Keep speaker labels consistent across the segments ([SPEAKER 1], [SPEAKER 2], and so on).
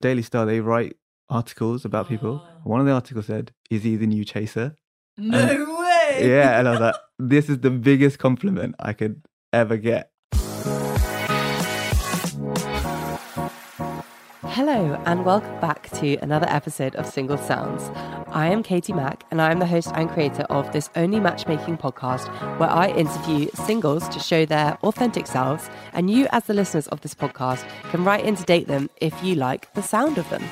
[SPEAKER 1] Daily Star, they write articles about people. One of the articles said, Is he the new chaser?
[SPEAKER 2] Ah. No way.
[SPEAKER 1] Yeah, and I was like, This is the biggest compliment I could ever get.
[SPEAKER 2] Hello, and welcome back to another episode of Single Sounds. I am Katie Mack, and I am the host and creator of this only matchmaking podcast where I interview singles to show their authentic selves. And you, as the listeners of this podcast, can write in to date them if you like the sound of them.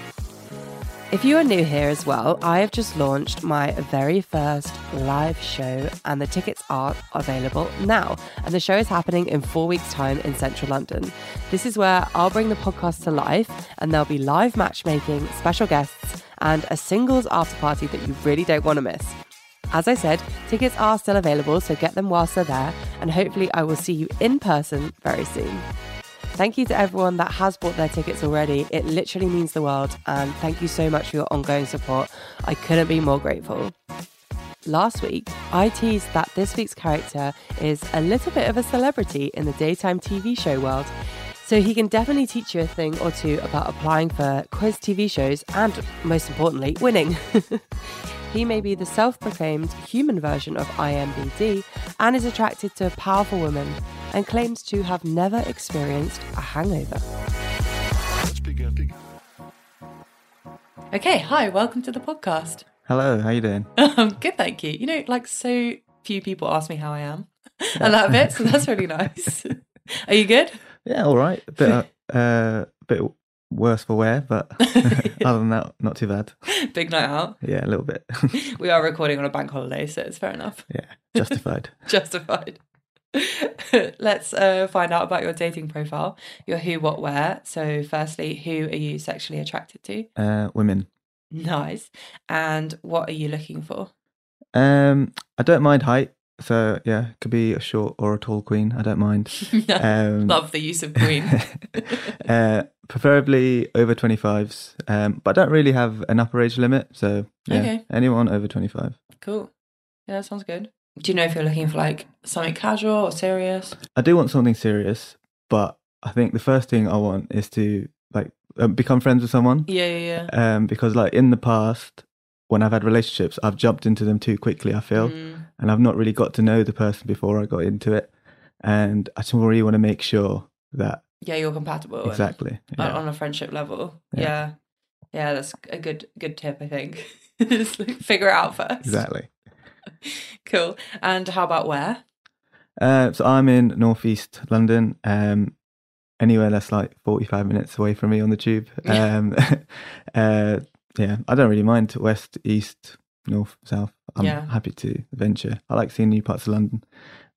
[SPEAKER 2] If you are new here as well, I have just launched my very first live show, and the tickets are available now. And the show is happening in four weeks' time in central London. This is where I'll bring the podcast to life, and there'll be live matchmaking, special guests, and a singles after party that you really don't want to miss. As I said, tickets are still available, so get them whilst they're there, and hopefully, I will see you in person very soon. Thank you to everyone that has bought their tickets already. It literally means the world. And thank you so much for your ongoing support. I couldn't be more grateful. Last week, I teased that this week's character is a little bit of a celebrity in the daytime TV show world. So he can definitely teach you a thing or two about applying for quiz TV shows and, most importantly, winning. He may be the self proclaimed human version of IMBD and is attracted to a powerful woman and claims to have never experienced a hangover. Okay, hi, welcome to the podcast.
[SPEAKER 1] Hello, how you doing?
[SPEAKER 2] Um, good, thank you. You know, like so few people ask me how I am. I love it, so that's really nice. Are you good?
[SPEAKER 1] yeah, all right. A bit, uh, uh, bit worse for wear, but other than that, not too bad.
[SPEAKER 2] Big night out.
[SPEAKER 1] Yeah, a little bit.
[SPEAKER 2] We are recording on a bank holiday, so it's fair enough.
[SPEAKER 1] yeah, justified.
[SPEAKER 2] Justified. Let's uh, find out about your dating profile, your who, what, where. So, firstly, who are you sexually attracted to?
[SPEAKER 1] Uh, women.
[SPEAKER 2] Nice. And what are you looking for?
[SPEAKER 1] Um, I don't mind height. So, yeah, could be a short or a tall queen. I don't mind. Um,
[SPEAKER 2] Love the use of green.
[SPEAKER 1] uh, preferably over 25s. Um, but I don't really have an upper age limit. So, yeah,
[SPEAKER 2] Okay.
[SPEAKER 1] anyone over 25.
[SPEAKER 2] cool. Yeah, that sounds good. Do you know if you're looking for like something casual or serious?
[SPEAKER 1] I do want something serious, but I think the first thing I want is to like uh, become friends with someone.
[SPEAKER 2] Yeah, yeah, yeah.
[SPEAKER 1] Um, because like in the past, when I've had relationships, I've jumped into them too quickly. I feel,
[SPEAKER 2] Mm.
[SPEAKER 1] and I've not really got to know the person before I got into it, and I just really want to make sure that
[SPEAKER 2] Yeah, you're compatible. Oh, and-
[SPEAKER 1] exactly.
[SPEAKER 2] on-
[SPEAKER 1] yeah.
[SPEAKER 2] on a friendship level.
[SPEAKER 1] Yeah.
[SPEAKER 2] Yeah. yeah. that's a good good tip, I think. Just like figure it out first.
[SPEAKER 1] Exactly.
[SPEAKER 2] Cool. And how about where?
[SPEAKER 1] Uh, so I'm in northeast London. Um, anywhere that's like 45 minutes away from me on the tube.
[SPEAKER 2] Yeah.
[SPEAKER 1] Um, uh, yeah, I don't really mind west, east, north, south. I'm
[SPEAKER 2] Yeah.
[SPEAKER 1] happy to venture. I like seeing new parts of London.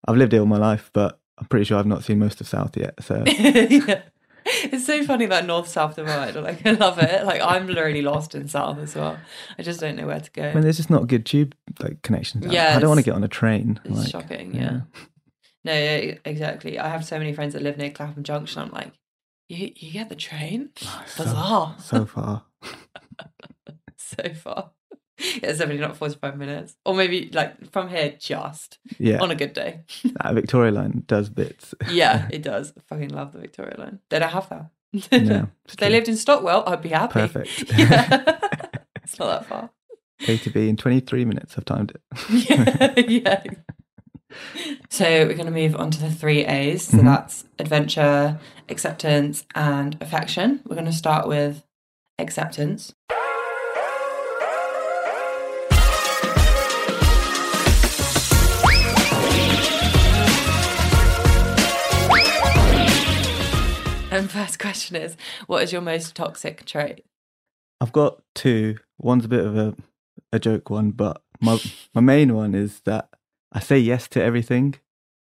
[SPEAKER 1] I've lived here all my life, but I'm pretty sure I've not seen most of south yet. So
[SPEAKER 2] yeah. It's so funny that north south divide. Like I love it. Like I'm really lost in south as well. I just don't know where to go.
[SPEAKER 1] I mean, there's just not good tube like connections. I- I,
[SPEAKER 2] Yeah,
[SPEAKER 1] don't want to
[SPEAKER 2] it's-
[SPEAKER 1] get on a train.
[SPEAKER 2] It's
[SPEAKER 1] like,
[SPEAKER 2] shocking. Yeah. No, yeah, e, exactly. I have so many friends that live near Clapham Junction. I'm like, you you get the train?
[SPEAKER 1] Oh, so-
[SPEAKER 2] Bizarre.
[SPEAKER 1] So far,
[SPEAKER 2] so far. Yeah, it's definitely not 45 minutes. Or maybe like from here, just
[SPEAKER 1] yeah,
[SPEAKER 2] on a good day.
[SPEAKER 1] that Victoria line does bits.
[SPEAKER 2] Yeah, it does. I fucking love the Victoria line. They don't have that.
[SPEAKER 1] No,
[SPEAKER 2] if they lived in Stockwell, I'd be happy.
[SPEAKER 1] Perfect.
[SPEAKER 2] Yeah. it's not that far.
[SPEAKER 1] A to B in 23 minutes. I've timed it.
[SPEAKER 2] Yeah. yeah. So we're going to move on to the three A's. So
[SPEAKER 1] Mhm.
[SPEAKER 2] that's adventure, acceptance, and affection. We're going to start with acceptance. And first question is, what is your most toxic trait?
[SPEAKER 1] I've got two. One's a bit of a, a joke one, but my my main one is that I say yes to everything.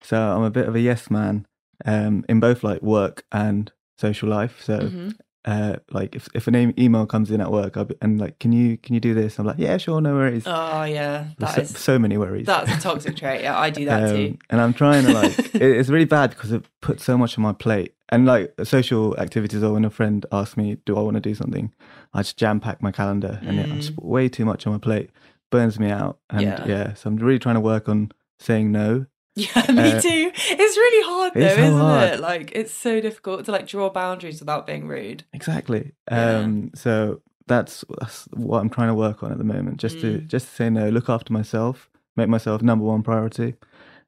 [SPEAKER 1] So I'm a bit of a yes man um, in both like work and social life. So
[SPEAKER 2] Mhm.
[SPEAKER 1] uh, like if if an e- email comes in at work, I'll be, and like can you can you do this? I'm like yeah sure no worries.
[SPEAKER 2] Oh yeah,
[SPEAKER 1] There's
[SPEAKER 2] that
[SPEAKER 1] so,
[SPEAKER 2] is
[SPEAKER 1] so many worries.
[SPEAKER 2] that's a toxic trait. Yeah, I do that too.
[SPEAKER 1] Um, and I'm trying to like, it, it's really bad because it puts so much on my plate. And like social activities, or when a friend asks me, do I want to do something? I just jam pack my calendar and it, I just put way too much on my plate, burns me out. And
[SPEAKER 2] Mm. Yeah.
[SPEAKER 1] yeah. so I'm really trying to work on saying no.
[SPEAKER 2] Yeah, me
[SPEAKER 1] Uh,
[SPEAKER 2] too. It's really hard though,
[SPEAKER 1] it's so
[SPEAKER 2] isn't
[SPEAKER 1] hard.
[SPEAKER 2] it? Like it's so difficult to like draw boundaries without being rude.
[SPEAKER 1] Exactly.
[SPEAKER 2] Yeah.
[SPEAKER 1] Um, so that's, that's what I'm trying to work on at the moment, just to
[SPEAKER 2] Mm.
[SPEAKER 1] just to say no, look after myself, make myself number one priority,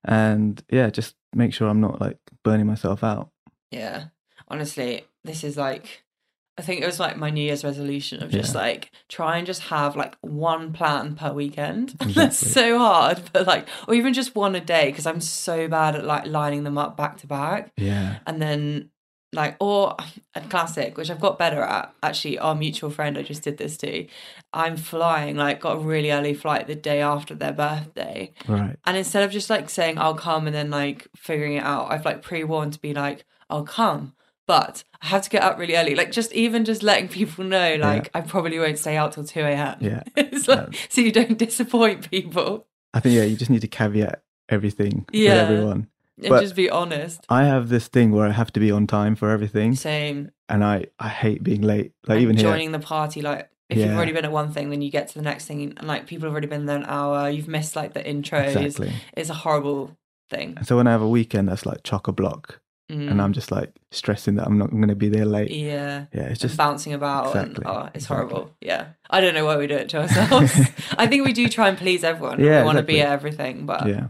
[SPEAKER 1] and yeah, just make sure I'm not like burning myself out.
[SPEAKER 2] Yeah. Honestly, this is like I think it was like my New Year's resolution of just
[SPEAKER 1] Yeah.
[SPEAKER 2] like try and just have like one plan per weekend. That's
[SPEAKER 1] Exactly.
[SPEAKER 2] so hard, but like, or even just one a day because I'm so bad at like lining them up back to back.
[SPEAKER 1] Yeah.
[SPEAKER 2] And then like, or a classic, which I've got better at actually, our mutual friend I just did this to. I'm flying, like, got a really early flight the day after their birthday.
[SPEAKER 1] Right.
[SPEAKER 2] And instead of just like saying I'll come and then like figuring it out, I've like pre-warned to be like I'll come, but I have to get up really early. Like just even just letting people know, like I probably won't stay out till two a.m.
[SPEAKER 1] Yeah.
[SPEAKER 2] it's like so you don't disappoint people
[SPEAKER 1] I think yeah, you just need to caveat everything
[SPEAKER 2] Yeah.
[SPEAKER 1] with everyone.
[SPEAKER 2] and
[SPEAKER 1] But-
[SPEAKER 2] just be honest.
[SPEAKER 1] I have this thing where I have to be on time for everything,
[SPEAKER 2] Same.
[SPEAKER 1] and I I hate being late. Like
[SPEAKER 2] and
[SPEAKER 1] even here,
[SPEAKER 2] joining the party, like if you've
[SPEAKER 1] Yeah.
[SPEAKER 2] already been at one thing, then you get to the next thing, and like people have already been there an hour. You've missed like the intros.
[SPEAKER 1] exactly.
[SPEAKER 2] It's a horrible thing.
[SPEAKER 1] And so when I have a weekend that's like chock a block,
[SPEAKER 2] Mm.
[SPEAKER 1] and I'm just like stressing that I'm not going to be there late. Yeah,
[SPEAKER 2] yeah.
[SPEAKER 1] it's
[SPEAKER 2] and
[SPEAKER 1] just
[SPEAKER 2] bouncing about
[SPEAKER 1] Exactly,
[SPEAKER 2] and oh, it's
[SPEAKER 1] exactly.
[SPEAKER 2] horrible. Yeah. I don't know why we do it to ourselves. I think we do try and please everyone.
[SPEAKER 1] Yeah,
[SPEAKER 2] we want to be
[SPEAKER 1] exactly.
[SPEAKER 2] at everything, but yeah.
[SPEAKER 1] yeah,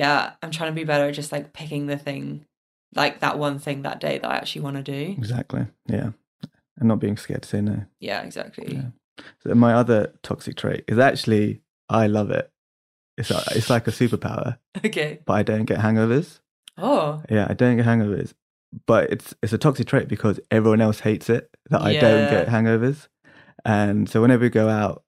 [SPEAKER 2] I'm trying to be better at just like picking the thing like that one thing that day that I actually want to do.
[SPEAKER 1] exactly, yeah, and not being scared to say no.
[SPEAKER 2] Yeah, exactly.
[SPEAKER 1] Yeah. So my other toxic trait is actually I love it. It's like, it's like a superpower,
[SPEAKER 2] Okay.
[SPEAKER 1] but I don't get hangovers.
[SPEAKER 2] Oh.
[SPEAKER 1] Yeah, I don't get hangovers, but it's it's a toxic trait because everyone else hates it that I don't
[SPEAKER 2] Yeah.
[SPEAKER 1] get hangovers, and so whenever we go out,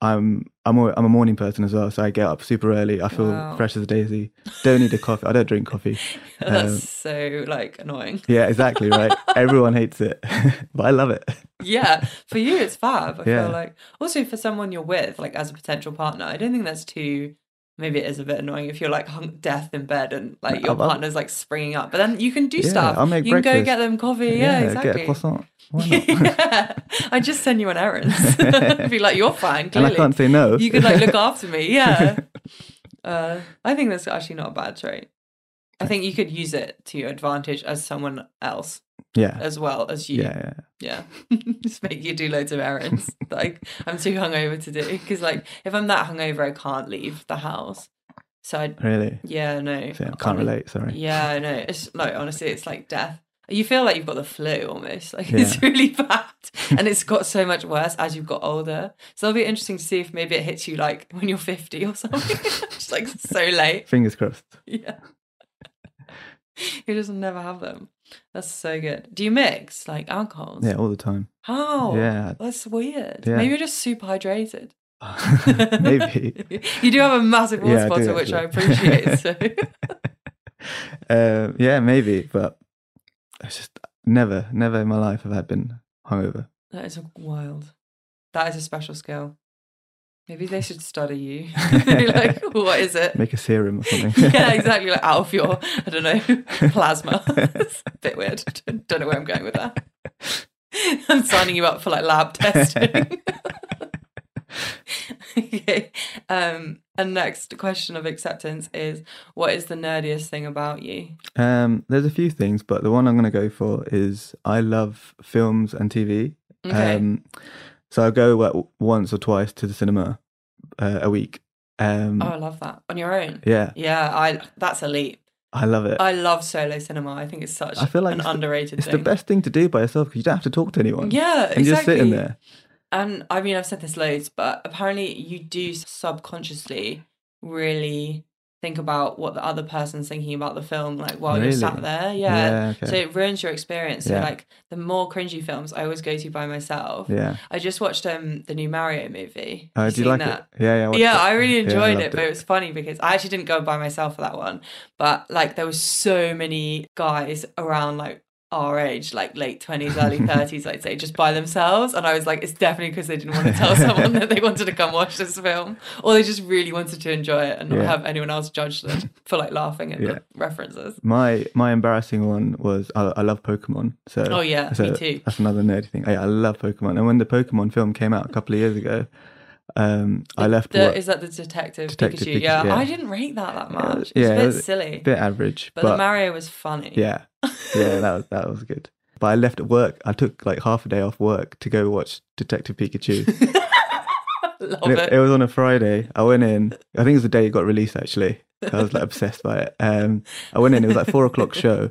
[SPEAKER 1] I'm I'm a, I'm a morning person as well, so I get up super early. I feel
[SPEAKER 2] Wow.
[SPEAKER 1] fresh as a daisy. Don't need a coffee. I don't drink coffee.
[SPEAKER 2] That's
[SPEAKER 1] Um,
[SPEAKER 2] so like annoying.
[SPEAKER 1] Yeah, exactly right. everyone hates it, but I love it.
[SPEAKER 2] Yeah. For you it's fab. I
[SPEAKER 1] Yeah.
[SPEAKER 2] feel like also for someone you're with, like as a potential partner, I don't think that's too Maybe it is a bit annoying if you're like hung death in bed and like your
[SPEAKER 1] I'll- I'll-
[SPEAKER 2] partner's like springing up, but then you can do
[SPEAKER 1] Yeah,
[SPEAKER 2] stuff.
[SPEAKER 1] I'll make
[SPEAKER 2] you can go
[SPEAKER 1] breakfast.
[SPEAKER 2] get them coffee. Yeah, exactly.
[SPEAKER 1] get a croissant. Why not?
[SPEAKER 2] yeah. I just send you on errands. Be like, you're fine.
[SPEAKER 1] and
[SPEAKER 2] Clearly,
[SPEAKER 1] I can't say no.
[SPEAKER 2] you could like look after me. Yeah. Uh, I think that's actually not a bad trait. I think you could use it to your advantage as someone else
[SPEAKER 1] yeah,
[SPEAKER 2] as well as you.
[SPEAKER 1] yeah, yeah.
[SPEAKER 2] Yeah. just make you do loads of errands. like I'm too hungover to do because like if I'm that hungover, I can't leave the house. So I
[SPEAKER 1] Really,
[SPEAKER 2] yeah no
[SPEAKER 1] so, yeah, I
[SPEAKER 2] I'm-
[SPEAKER 1] can't relate. Sorry.
[SPEAKER 2] yeah, I know. It's no, honestly, it's like death. You feel like you've got the flu almost. Like it's
[SPEAKER 1] Yeah.
[SPEAKER 2] really bad, and it's got so much worse as you've got older. So it'll be interesting to see if maybe it hits you like when you're fifty or something. just like so late.
[SPEAKER 1] Fingers crossed.
[SPEAKER 2] Yeah, you just never have them. That's so good. Do you mix like alcohols?
[SPEAKER 1] Yeah, all the time.
[SPEAKER 2] How?
[SPEAKER 1] Yeah.
[SPEAKER 2] Oh, That's weird.
[SPEAKER 1] Yeah.
[SPEAKER 2] Maybe you're just super hydrated.
[SPEAKER 1] Maybe.
[SPEAKER 2] you do have a massive water
[SPEAKER 1] Yeah, I do,
[SPEAKER 2] bottle, which I
[SPEAKER 1] actually.
[SPEAKER 2] appreciate. So
[SPEAKER 1] Um, yeah, maybe, but it's just never, never in my life have I been hungover.
[SPEAKER 2] That is wild. That is a special skill. Maybe they should study you. like, what is it?
[SPEAKER 1] Make a serum or something.
[SPEAKER 2] yeah, exactly. Like out of your, I don't know, plasma. it's a bit weird. Don't know where I'm going with that. I'm signing you up for like lab testing. okay. Um, and next question of acceptance is what is the nerdiest thing about you?
[SPEAKER 1] Um, there's a few things, but the one I'm going to go for is I love films and TV.
[SPEAKER 2] Okay.
[SPEAKER 1] Um, so I go uh, once or twice to the cinema uh, a week. Um,
[SPEAKER 2] oh, I love that. On your own.
[SPEAKER 1] yeah,
[SPEAKER 2] Yeah, I that's elite.
[SPEAKER 1] I love it.
[SPEAKER 2] I love solo cinema. I think it's such
[SPEAKER 1] I feel like
[SPEAKER 2] an
[SPEAKER 1] it's the-
[SPEAKER 2] underrated
[SPEAKER 1] it's
[SPEAKER 2] thing.
[SPEAKER 1] the best thing to do by yourself because you don't have to talk to anyone.
[SPEAKER 2] Yeah,
[SPEAKER 1] and you're just sitting
[SPEAKER 2] exactly.
[SPEAKER 1] there.
[SPEAKER 2] And I mean, I've said this loads, but apparently you do subconsciously really think about what the other person's thinking about the film, like while you're
[SPEAKER 1] Really?
[SPEAKER 2] sat there. Yeah.
[SPEAKER 1] Yeah, okay.
[SPEAKER 2] So it ruins your experience. So
[SPEAKER 1] Yeah.
[SPEAKER 2] like the more cringy films I always go to by myself.
[SPEAKER 1] Yeah.
[SPEAKER 2] I just watched um the new Mario movie.
[SPEAKER 1] Oh,
[SPEAKER 2] Have
[SPEAKER 1] did you
[SPEAKER 2] seen
[SPEAKER 1] like
[SPEAKER 2] that?
[SPEAKER 1] it? Yeah, yeah. watched
[SPEAKER 2] yeah,
[SPEAKER 1] it.
[SPEAKER 2] I really
[SPEAKER 1] Yeah,
[SPEAKER 2] enjoyed it,
[SPEAKER 1] loved
[SPEAKER 2] but it was funny because I actually didn't go by myself for that one. But like, there was so many guys around like our age, like late twenties, early thirties, I'd say, just by themselves, and I was like, it's definitely because they didn't want to tell someone that they wanted to come watch this film, or they just really wanted to enjoy it and not
[SPEAKER 1] Yeah.
[SPEAKER 2] have anyone else judge them for like laughing at
[SPEAKER 1] Yeah.
[SPEAKER 2] the references.
[SPEAKER 1] My my embarrassing one was I, I love Pokemon. So
[SPEAKER 2] Oh, yeah,
[SPEAKER 1] so
[SPEAKER 2] me too.
[SPEAKER 1] That's another nerdy thing. Yeah, I love Pokemon. And when the Pokemon film came out a couple of years ago, um, I left
[SPEAKER 2] The,
[SPEAKER 1] work-
[SPEAKER 2] is that the detective,
[SPEAKER 1] Detective
[SPEAKER 2] Pikachu?
[SPEAKER 1] Pikachu,
[SPEAKER 2] Yeah.
[SPEAKER 1] yeah.
[SPEAKER 2] I didn't rate that that
[SPEAKER 1] Yeah,
[SPEAKER 2] much. It's
[SPEAKER 1] yeah,
[SPEAKER 2] a
[SPEAKER 1] it
[SPEAKER 2] bit
[SPEAKER 1] was-
[SPEAKER 2] silly,
[SPEAKER 1] bit average,
[SPEAKER 2] but, the Mario was funny.
[SPEAKER 1] yeah, yeah, that was that was good. But I left at work. I took like half a day off work to go watch Detective Pikachu.
[SPEAKER 2] love
[SPEAKER 1] And
[SPEAKER 2] it.
[SPEAKER 1] it, it was on a Friday. I went in. I think it was the day it got released. Actually, I was like obsessed by it. Um, I went in. It was like four o'clock show,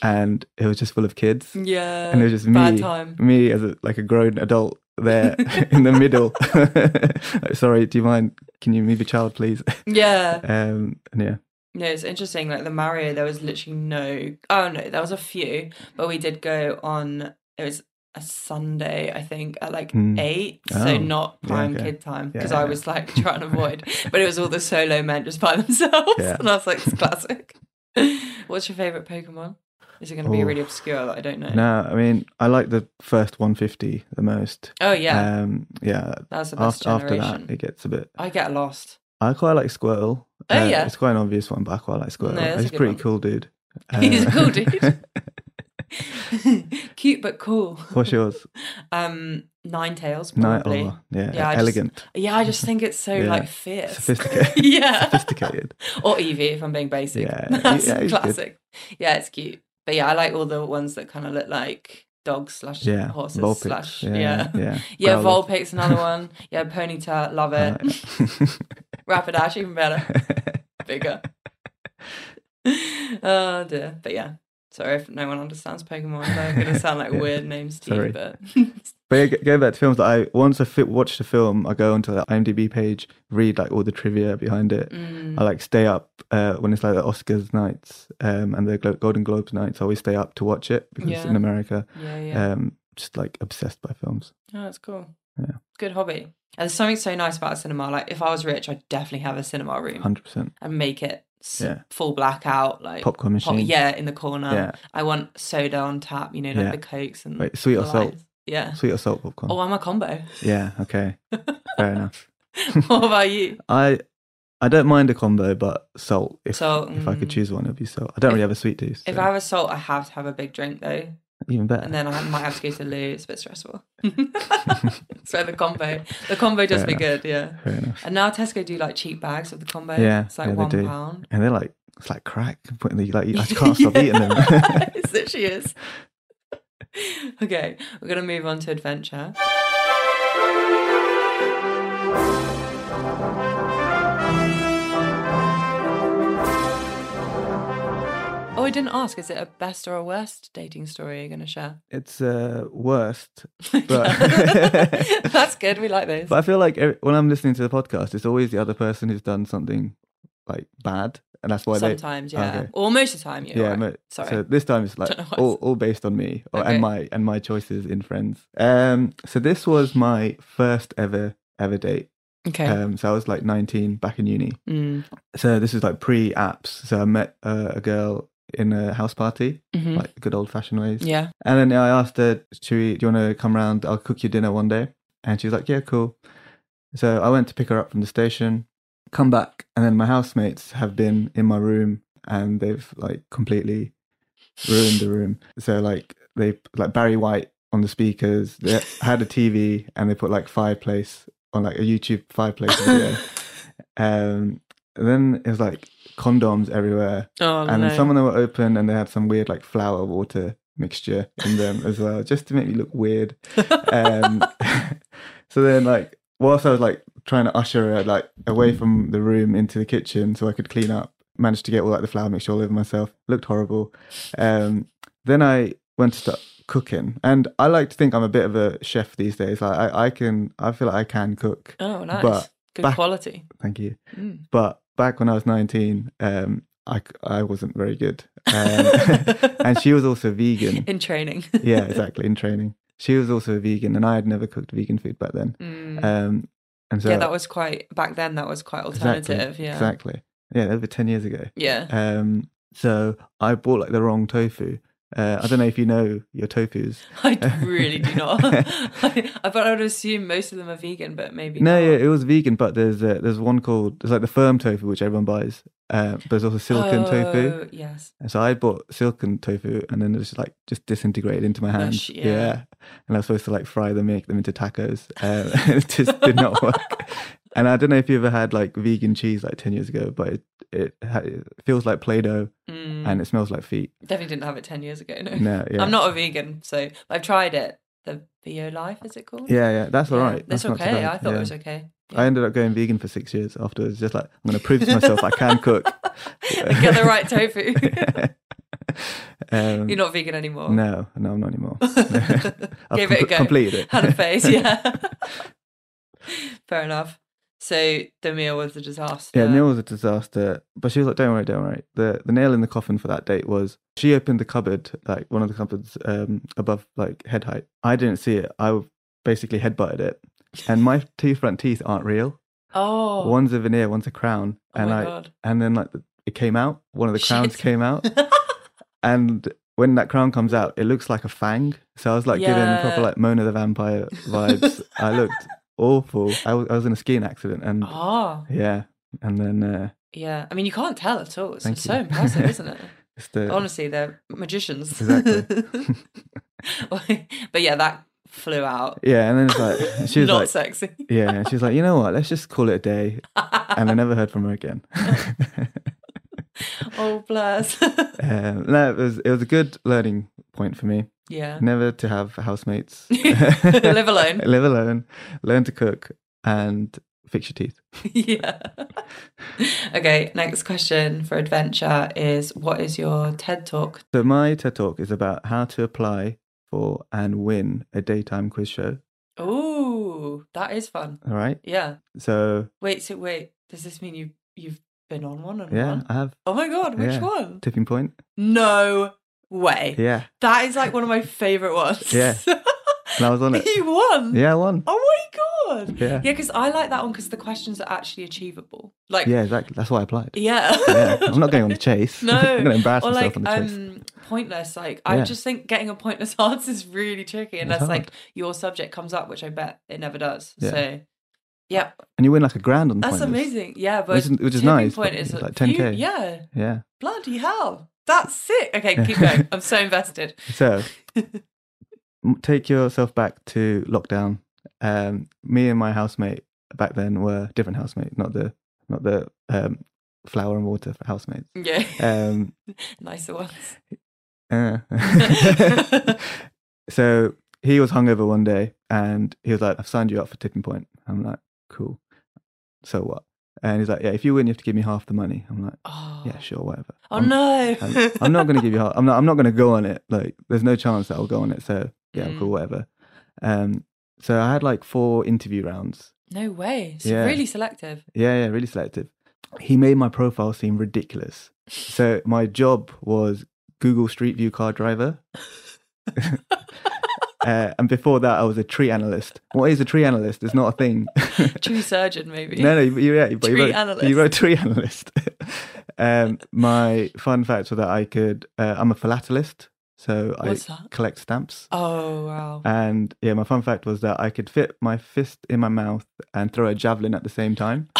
[SPEAKER 1] and it was just full of kids.
[SPEAKER 2] Yeah,
[SPEAKER 1] and it was just
[SPEAKER 2] bad
[SPEAKER 1] me,
[SPEAKER 2] time.
[SPEAKER 1] me as a, like a grown adult there in the middle. Like, Sorry, do you mind? Can you move your child, please?
[SPEAKER 2] Yeah,
[SPEAKER 1] Um, and yeah,
[SPEAKER 2] no, it's interesting. Like the Mario, there was literally no. Oh no, there was a few, but we did go on. It was a Sunday, I think, at like
[SPEAKER 1] Hmm.
[SPEAKER 2] eight,
[SPEAKER 1] Oh,
[SPEAKER 2] so not
[SPEAKER 1] yeah,
[SPEAKER 2] prime
[SPEAKER 1] okay.
[SPEAKER 2] kid time
[SPEAKER 1] Yeah,
[SPEAKER 2] because
[SPEAKER 1] yeah,
[SPEAKER 2] I
[SPEAKER 1] yeah.
[SPEAKER 2] was like trying to avoid. but it was all the solo men just by themselves,
[SPEAKER 1] Yeah.
[SPEAKER 2] and I was like, it's classic. What's your favorite Pokemon? Is it going to be
[SPEAKER 1] Oh.
[SPEAKER 2] really obscure that I don't know?
[SPEAKER 1] no, I mean, I like the first 150 the most.
[SPEAKER 2] Oh yeah,
[SPEAKER 1] um, yeah.
[SPEAKER 2] that's the best
[SPEAKER 1] After, after
[SPEAKER 2] generation.
[SPEAKER 1] that, it gets a bit.
[SPEAKER 2] I get lost.
[SPEAKER 1] I quite like Squirtle.
[SPEAKER 2] Oh, yeah.
[SPEAKER 1] it's quite an obvious one, but I quite like Squirtle.
[SPEAKER 2] No, that's a
[SPEAKER 1] He's
[SPEAKER 2] good
[SPEAKER 1] pretty
[SPEAKER 2] one.
[SPEAKER 1] cool, dude.
[SPEAKER 2] He's a
[SPEAKER 1] Um,
[SPEAKER 2] cool dude. Cute but cool.
[SPEAKER 1] What's yours?
[SPEAKER 2] Um, Nine Tails,
[SPEAKER 1] Night
[SPEAKER 2] probably.
[SPEAKER 1] yeah,
[SPEAKER 2] Yeah, I just-
[SPEAKER 1] elegant,
[SPEAKER 2] Yeah, I just think it's so
[SPEAKER 1] Yeah.
[SPEAKER 2] like fierce.
[SPEAKER 1] sophisticated,
[SPEAKER 2] yeah.
[SPEAKER 1] sophisticated.
[SPEAKER 2] Or Evie, if I'm being basic.
[SPEAKER 1] Yeah,
[SPEAKER 2] That's
[SPEAKER 1] yeah, he's good.
[SPEAKER 2] classic. Yeah, it's cute. But yeah, I like all the ones that kind of look like dogs slash
[SPEAKER 1] Yeah,
[SPEAKER 2] horses
[SPEAKER 1] Vulpix,
[SPEAKER 2] slash yeah.
[SPEAKER 1] yeah,
[SPEAKER 2] Yeah,
[SPEAKER 1] yeah, Growlithe.
[SPEAKER 2] Vulpix, another one. Yeah, Ponyta, love
[SPEAKER 1] I
[SPEAKER 2] it.
[SPEAKER 1] like
[SPEAKER 2] Rapidash, even better.
[SPEAKER 1] that.
[SPEAKER 2] Bigger. oh dear. But yeah. Sorry if no one understands Pokemon. They're gonna sound like
[SPEAKER 1] Yeah.
[SPEAKER 2] weird names to
[SPEAKER 1] Sorry.
[SPEAKER 2] you, but
[SPEAKER 1] But yeah, g- going back to films that I once I fi- watched a film, I go onto the IMDb page, read like all the trivia behind it.
[SPEAKER 2] Mm,
[SPEAKER 1] I like stay up uh, when it's like the Oscars nights um, and the Glo- Golden Globes nights. I always stay up to watch it because
[SPEAKER 2] Yeah.
[SPEAKER 1] in America,
[SPEAKER 2] yeah, yeah.
[SPEAKER 1] um, just like obsessed by films.
[SPEAKER 2] Oh, that's cool.
[SPEAKER 1] Yeah.
[SPEAKER 2] Good hobby. And there's something so nice about cinema. Like, if I was rich, I'd definitely have a cinema room
[SPEAKER 1] Hundred percent.
[SPEAKER 2] and make it s-
[SPEAKER 1] Yeah.
[SPEAKER 2] full blackout. Like,
[SPEAKER 1] Popcorn
[SPEAKER 2] pop-
[SPEAKER 1] machine.
[SPEAKER 2] yeah, in the corner.
[SPEAKER 1] Yeah.
[SPEAKER 2] I want soda on tap, you know, like
[SPEAKER 1] Yeah.
[SPEAKER 2] the Cokes and.
[SPEAKER 1] Wait, sweet or
[SPEAKER 2] the
[SPEAKER 1] salt?
[SPEAKER 2] limes. Yeah.
[SPEAKER 1] Sweet or salt popcorn?
[SPEAKER 2] Oh, I'm a combo.
[SPEAKER 1] Yeah. Okay. Fair enough.
[SPEAKER 2] what about you?
[SPEAKER 1] I I don't mind a combo, but salt. If,
[SPEAKER 2] Salt,
[SPEAKER 1] if I could
[SPEAKER 2] mm.
[SPEAKER 1] choose one, it'd be salt. I don't really have a sweet tooth.
[SPEAKER 2] If
[SPEAKER 1] so
[SPEAKER 2] I have a salt, I have to have a big drink, though.
[SPEAKER 1] even better.
[SPEAKER 2] And then I might have to go to the loo. It's a bit stressful. so the combo. The combo does
[SPEAKER 1] Fair
[SPEAKER 2] be
[SPEAKER 1] enough.
[SPEAKER 2] good, yeah.
[SPEAKER 1] Fair enough.
[SPEAKER 2] And now Tesco do like cheap bags of the combo.
[SPEAKER 1] Yeah,
[SPEAKER 2] It's like
[SPEAKER 1] yeah, they
[SPEAKER 2] one
[SPEAKER 1] do.
[SPEAKER 2] pound.
[SPEAKER 1] and they're like it's like crack. Putting the, like I can't stop eating them.
[SPEAKER 2] yes, there she is. Okay, we're gonna move on to adventure. Oh, I didn't ask. Is it a best or a worst dating story you're gonna share?
[SPEAKER 1] it's uh, worst, but
[SPEAKER 2] That's good. We like those.
[SPEAKER 1] but I feel like every, when I'm listening to the podcast, it's always the other person who's done something like bad, and that's why
[SPEAKER 2] Sometimes,
[SPEAKER 1] they.
[SPEAKER 2] yeah.
[SPEAKER 1] Okay.
[SPEAKER 2] Or most of the time, you're
[SPEAKER 1] Yeah,
[SPEAKER 2] right.
[SPEAKER 1] mo-
[SPEAKER 2] Sorry.
[SPEAKER 1] so this time it's like
[SPEAKER 2] Don't know why I
[SPEAKER 1] all,
[SPEAKER 2] said-
[SPEAKER 1] all based on me or,
[SPEAKER 2] Okay.
[SPEAKER 1] and my and my choices in friends. Um, so this was my first ever ever date.
[SPEAKER 2] okay.
[SPEAKER 1] Um, so I was like 19 back in uni.
[SPEAKER 2] Mm.
[SPEAKER 1] So this is like pre apps. So I met uh, a girl in a house party,
[SPEAKER 2] Mhm.
[SPEAKER 1] like good old fashioned ways.
[SPEAKER 2] Yeah.
[SPEAKER 1] And then I asked her, "Should we, do you want to come round? I'll cook you dinner one day." And she was like, "Yeah, cool." So I went to pick her up from the station, come back, and then my housemates have been in my room and they've like completely ruined the room. So like they like Barry White on the speakers. They had a TV and they put like fireplace on like a YouTube fireplace video. um, and then it was like condoms everywhere
[SPEAKER 2] Oh
[SPEAKER 1] and
[SPEAKER 2] no.
[SPEAKER 1] some of them were open and they had some weird like flour water mixture in them as well just to make me look weird um so then like whilst i was like trying to usher her like away from the room into the kitchen so i could clean up managed to get all like the flour mixture all over myself looked horrible um then i went to start cooking and i like to think i'm a bit of a chef these days like i, I can i feel like i can cook
[SPEAKER 2] Oh, nice.
[SPEAKER 1] but
[SPEAKER 2] Good
[SPEAKER 1] back-
[SPEAKER 2] quality.
[SPEAKER 1] thank you
[SPEAKER 2] Mm.
[SPEAKER 1] but back when I was 19, um, I, I wasn't very good. Um, and she was also vegan.
[SPEAKER 2] in training.
[SPEAKER 1] yeah, exactly. In training, she was also a vegan, and I had never cooked vegan food back then.
[SPEAKER 2] Mm.
[SPEAKER 1] Um, and so
[SPEAKER 2] yeah, that was quite back then. That was quite
[SPEAKER 1] exactly,
[SPEAKER 2] alternative. yeah,
[SPEAKER 1] exactly. Yeah, over ten years ago.
[SPEAKER 2] yeah.
[SPEAKER 1] Um, so I bought like the wrong tofu. Uh, I don't know if you know your tofu's.
[SPEAKER 2] I really do not. I, I thought I would assume most of them are vegan, but maybe
[SPEAKER 1] No,
[SPEAKER 2] not.
[SPEAKER 1] yeah, it was vegan, but there's uh, there's one called there's like the firm tofu which everyone buys. Uh, but there's also silken tofu.
[SPEAKER 2] Oh, Yes.
[SPEAKER 1] And so I bought silken tofu, and then it just like just disintegrated into my hands.
[SPEAKER 2] Mush, yeah.
[SPEAKER 1] and I was supposed to like fry them, make them into tacos. Um, it just did not work. And I don't know if you ever had like vegan cheese like ten years ago, but it it, ha- it feels like Play-Doh
[SPEAKER 2] Mm,
[SPEAKER 1] and it smells like feet.
[SPEAKER 2] definitely didn't have it ten years ago. No.
[SPEAKER 1] No, yeah,
[SPEAKER 2] I'm not a vegan, so but I've tried it. The Bio Life is it called?
[SPEAKER 1] Yeah, yeah, that's all right.
[SPEAKER 2] That's,
[SPEAKER 1] not too
[SPEAKER 2] okay.
[SPEAKER 1] bad.
[SPEAKER 2] I thought
[SPEAKER 1] Yeah.
[SPEAKER 2] it was okay.
[SPEAKER 1] I ended up going vegan for six years afterwards. Just like I'm going to prove to myself I can cook.
[SPEAKER 2] And Get the right tofu.
[SPEAKER 1] Um,
[SPEAKER 2] You're not vegan anymore.
[SPEAKER 1] no, no, I'm not anymore. I've
[SPEAKER 2] Gave it a
[SPEAKER 1] comple-
[SPEAKER 2] go.
[SPEAKER 1] Completed it.
[SPEAKER 2] Had a phase, yeah. Fair enough. So the meal was a disaster.
[SPEAKER 1] Yeah, Neil was a disaster. But she was like, "Don't worry, don't worry." The the nail in the coffin for that date was she opened the cupboard, like one of the cupboards um, above like head height. I didn't see it. I basically headbutted it, and my two front teeth aren't real.
[SPEAKER 2] Oh,
[SPEAKER 1] One's a veneer, one's a crown,
[SPEAKER 2] Oh
[SPEAKER 1] and
[SPEAKER 2] my
[SPEAKER 1] I
[SPEAKER 2] God.
[SPEAKER 1] and then like the, it came out. One of the crowns
[SPEAKER 2] Shit.
[SPEAKER 1] came out, and when that crown comes out, it looks like a fang. So I was like
[SPEAKER 2] Yeah.
[SPEAKER 1] given proper like Mona the Vampire vibes. I looked awful. I was, I was in a skiing accident, and
[SPEAKER 2] Ah,
[SPEAKER 1] yeah, and then. Uh,
[SPEAKER 2] yeah. I mean, you can't tell at all. It's
[SPEAKER 1] Thank
[SPEAKER 2] so
[SPEAKER 1] you.
[SPEAKER 2] impressive, isn't it?
[SPEAKER 1] It's the
[SPEAKER 2] Honestly, they're magicians.
[SPEAKER 1] Exactly.
[SPEAKER 2] but yeah, that flew out.
[SPEAKER 1] yeah, and then it's like she was
[SPEAKER 2] Not
[SPEAKER 1] like,
[SPEAKER 2] sexy.
[SPEAKER 1] yeah, and she was like, you know what? Let's just call it a day. And I never heard from her again.
[SPEAKER 2] Oh, bless.
[SPEAKER 1] um, no, it was it was a good learning point for me.
[SPEAKER 2] yeah.
[SPEAKER 1] Never to have housemates.
[SPEAKER 2] Live alone.
[SPEAKER 1] Live alone. Learn to cook and fix your teeth.
[SPEAKER 2] yeah. okay, next question for adventure is what is your TED talk?
[SPEAKER 1] So my TED talk is about how to apply for and win a daytime quiz show.
[SPEAKER 2] Ooh, that is fun.
[SPEAKER 1] All right.
[SPEAKER 2] Yeah.
[SPEAKER 1] So
[SPEAKER 2] Wait, so wait, does this mean you you've been on one and
[SPEAKER 1] yeah,
[SPEAKER 2] won?
[SPEAKER 1] I have
[SPEAKER 2] Oh my god, which
[SPEAKER 1] Yeah.
[SPEAKER 2] one?
[SPEAKER 1] tipping point.
[SPEAKER 2] No way.
[SPEAKER 1] Yeah,
[SPEAKER 2] That is like one of my favorite ones.
[SPEAKER 1] Yeah. and I was on it.
[SPEAKER 2] you won.
[SPEAKER 1] Yeah, I won.
[SPEAKER 2] Oh my god.
[SPEAKER 1] Yeah.
[SPEAKER 2] Yeah, because I like that one because the questions are actually achievable. Like
[SPEAKER 1] Yeah, exactly. That's why I applied.
[SPEAKER 2] Yeah.
[SPEAKER 1] yeah, I'm not going on the chase.
[SPEAKER 2] No,
[SPEAKER 1] I'm going to embarrass
[SPEAKER 2] or
[SPEAKER 1] myself
[SPEAKER 2] like
[SPEAKER 1] on the chase.
[SPEAKER 2] um pointless. Like I
[SPEAKER 1] Yeah.
[SPEAKER 2] just think getting a pointless answer is really tricky unless
[SPEAKER 1] hard.
[SPEAKER 2] like your subject comes up, which I bet it never does.
[SPEAKER 1] Yeah.
[SPEAKER 2] So yeah,
[SPEAKER 1] and you win like a grand on the
[SPEAKER 2] that's
[SPEAKER 1] pointless.
[SPEAKER 2] amazing. Yeah, but
[SPEAKER 1] Which is- which is
[SPEAKER 2] tipping
[SPEAKER 1] nice,
[SPEAKER 2] Point
[SPEAKER 1] but
[SPEAKER 2] is
[SPEAKER 1] it's like
[SPEAKER 2] a few-
[SPEAKER 1] 10K.
[SPEAKER 2] Yeah,
[SPEAKER 1] Yeah.
[SPEAKER 2] bloody hell, that's sick. Okay, keep
[SPEAKER 1] Yeah.
[SPEAKER 2] going. I'm so invested.
[SPEAKER 1] So m- take yourself back to lockdown. Um, me and my housemate back then were different housemate, not the not the um, flour and water housemates.
[SPEAKER 2] Yeah,
[SPEAKER 1] Um,
[SPEAKER 2] nicer ones.
[SPEAKER 1] uh. so he was hungover one day, and he was like, "I've signed you up for tipping point." I'm like, "Cool." So what? And he's like, "Yeah, if you win, you have to give me half the money." I'm like,
[SPEAKER 2] Oh,
[SPEAKER 1] "Yeah, sure, Um, uh, whatever."
[SPEAKER 2] oh
[SPEAKER 1] I'm-
[SPEAKER 2] no.
[SPEAKER 1] I'm, I'm not going to give you. I'm not. I'm not going to go on it. Like, there's no chance that I'll go on it. So yeah,
[SPEAKER 2] Mm.
[SPEAKER 1] cool, whatever. Um, so I had like four interview rounds.
[SPEAKER 2] no way. It's
[SPEAKER 1] Yeah.
[SPEAKER 2] really selective.
[SPEAKER 1] Yeah, yeah, really selective. He made my profile seem ridiculous. So my job was Google Street View car driver. Uh, and before that, I was a tree analyst. What is a tree analyst? It's not a thing.
[SPEAKER 2] Tree surgeon, maybe.
[SPEAKER 1] No, no, you- you, yeah, but
[SPEAKER 2] Tree
[SPEAKER 1] you wrote,
[SPEAKER 2] analyst.
[SPEAKER 1] You wrote tree analyst. um, my fun facts were that I could. Uh, I'm a philatelist, so
[SPEAKER 2] What's
[SPEAKER 1] I
[SPEAKER 2] that?
[SPEAKER 1] collect stamps.
[SPEAKER 2] Oh wow.
[SPEAKER 1] And yeah, my fun fact was that I could fit my fist in my mouth and throw a javelin at the same time.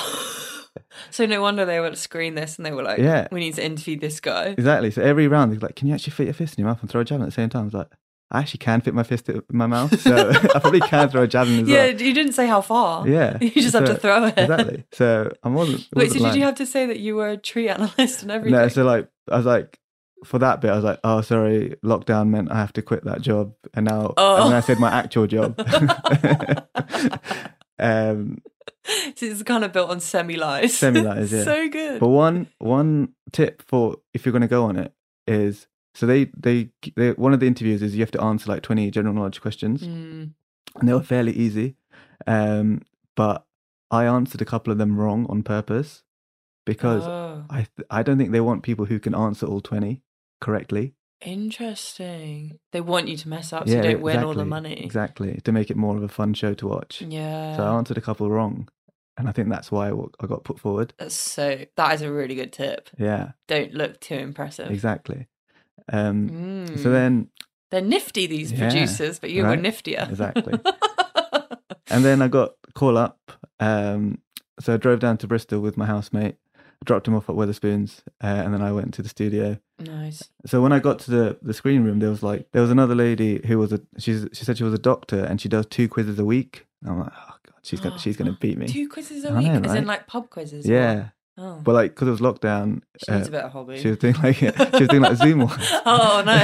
[SPEAKER 2] So no wonder they were screen this and they were like,
[SPEAKER 1] Yeah.
[SPEAKER 2] we need to interview this guy.
[SPEAKER 1] exactly. So every round, he's like, "Can you actually fit your fist in your mouth and throw a javelin at the same time?" I was like, "I actually can fit my fist in my mouth, so I probably can throw a javelin as
[SPEAKER 2] Yeah,
[SPEAKER 1] well."
[SPEAKER 2] you didn't say how far.
[SPEAKER 1] Yeah,
[SPEAKER 2] You just have to
[SPEAKER 1] So-
[SPEAKER 2] throw it.
[SPEAKER 1] Exactly. So I wasn't.
[SPEAKER 2] Wait,
[SPEAKER 1] wasn't
[SPEAKER 2] so did
[SPEAKER 1] lying.
[SPEAKER 2] you have to say that you were a tree analyst and everything?
[SPEAKER 1] No, so like I was like for that bit, I was like, oh sorry, lockdown meant I have to quit that job, and now
[SPEAKER 2] Oh.
[SPEAKER 1] and then I said my actual job. um,
[SPEAKER 2] So it's kind of built on semi lies.
[SPEAKER 1] Semi-lies, yeah.
[SPEAKER 2] so good.
[SPEAKER 1] but one one tip for if you're going to go on it is so they, they they one of the interviews is you have to answer like 20 general knowledge questions,
[SPEAKER 2] Mm.
[SPEAKER 1] and they were fairly easy, um, but I answered a couple of them wrong on purpose. because
[SPEAKER 2] Oh,
[SPEAKER 1] I th- I don't think they want people who can answer all twenty correctly.
[SPEAKER 2] interesting. They want you to mess up so you don't win all the
[SPEAKER 1] exactly,
[SPEAKER 2] money.
[SPEAKER 1] Exactly to make it more of a fun show to watch.
[SPEAKER 2] Yeah.
[SPEAKER 1] So um I answered a couple wrong, and I think that's why I wa- I got put forward.
[SPEAKER 2] That's so that is a really good tip.
[SPEAKER 1] Yeah,
[SPEAKER 2] Don't look too impressive.
[SPEAKER 1] exactly. Um,
[SPEAKER 2] Mm.
[SPEAKER 1] So then,
[SPEAKER 2] They're nifty these
[SPEAKER 1] Yeah,
[SPEAKER 2] producers, but you
[SPEAKER 1] right,
[SPEAKER 2] were niftier.
[SPEAKER 1] exactly. and then I got call up. Um, so I drove down to Bristol with my housemate, dropped him off at Weatherspoons, uh, and then I went to the studio.
[SPEAKER 2] nice.
[SPEAKER 1] So when I got to the, the screen room, there was like there was another lady who was a she's she said she was a doctor and she does two quizzes a week. And I'm like, oh god, she's gonna, she's gonna beat me.
[SPEAKER 2] Two quizzes a
[SPEAKER 1] I
[SPEAKER 2] week,
[SPEAKER 1] know,
[SPEAKER 2] as in
[SPEAKER 1] right?
[SPEAKER 2] like pub quizzes. or-
[SPEAKER 1] Yeah,
[SPEAKER 2] Oh.
[SPEAKER 1] but like because it was lockdown,
[SPEAKER 2] she needs
[SPEAKER 1] uh,
[SPEAKER 2] a bit of hobby.
[SPEAKER 1] she was doing like she was doing like Zoom ones.
[SPEAKER 2] Oh, no.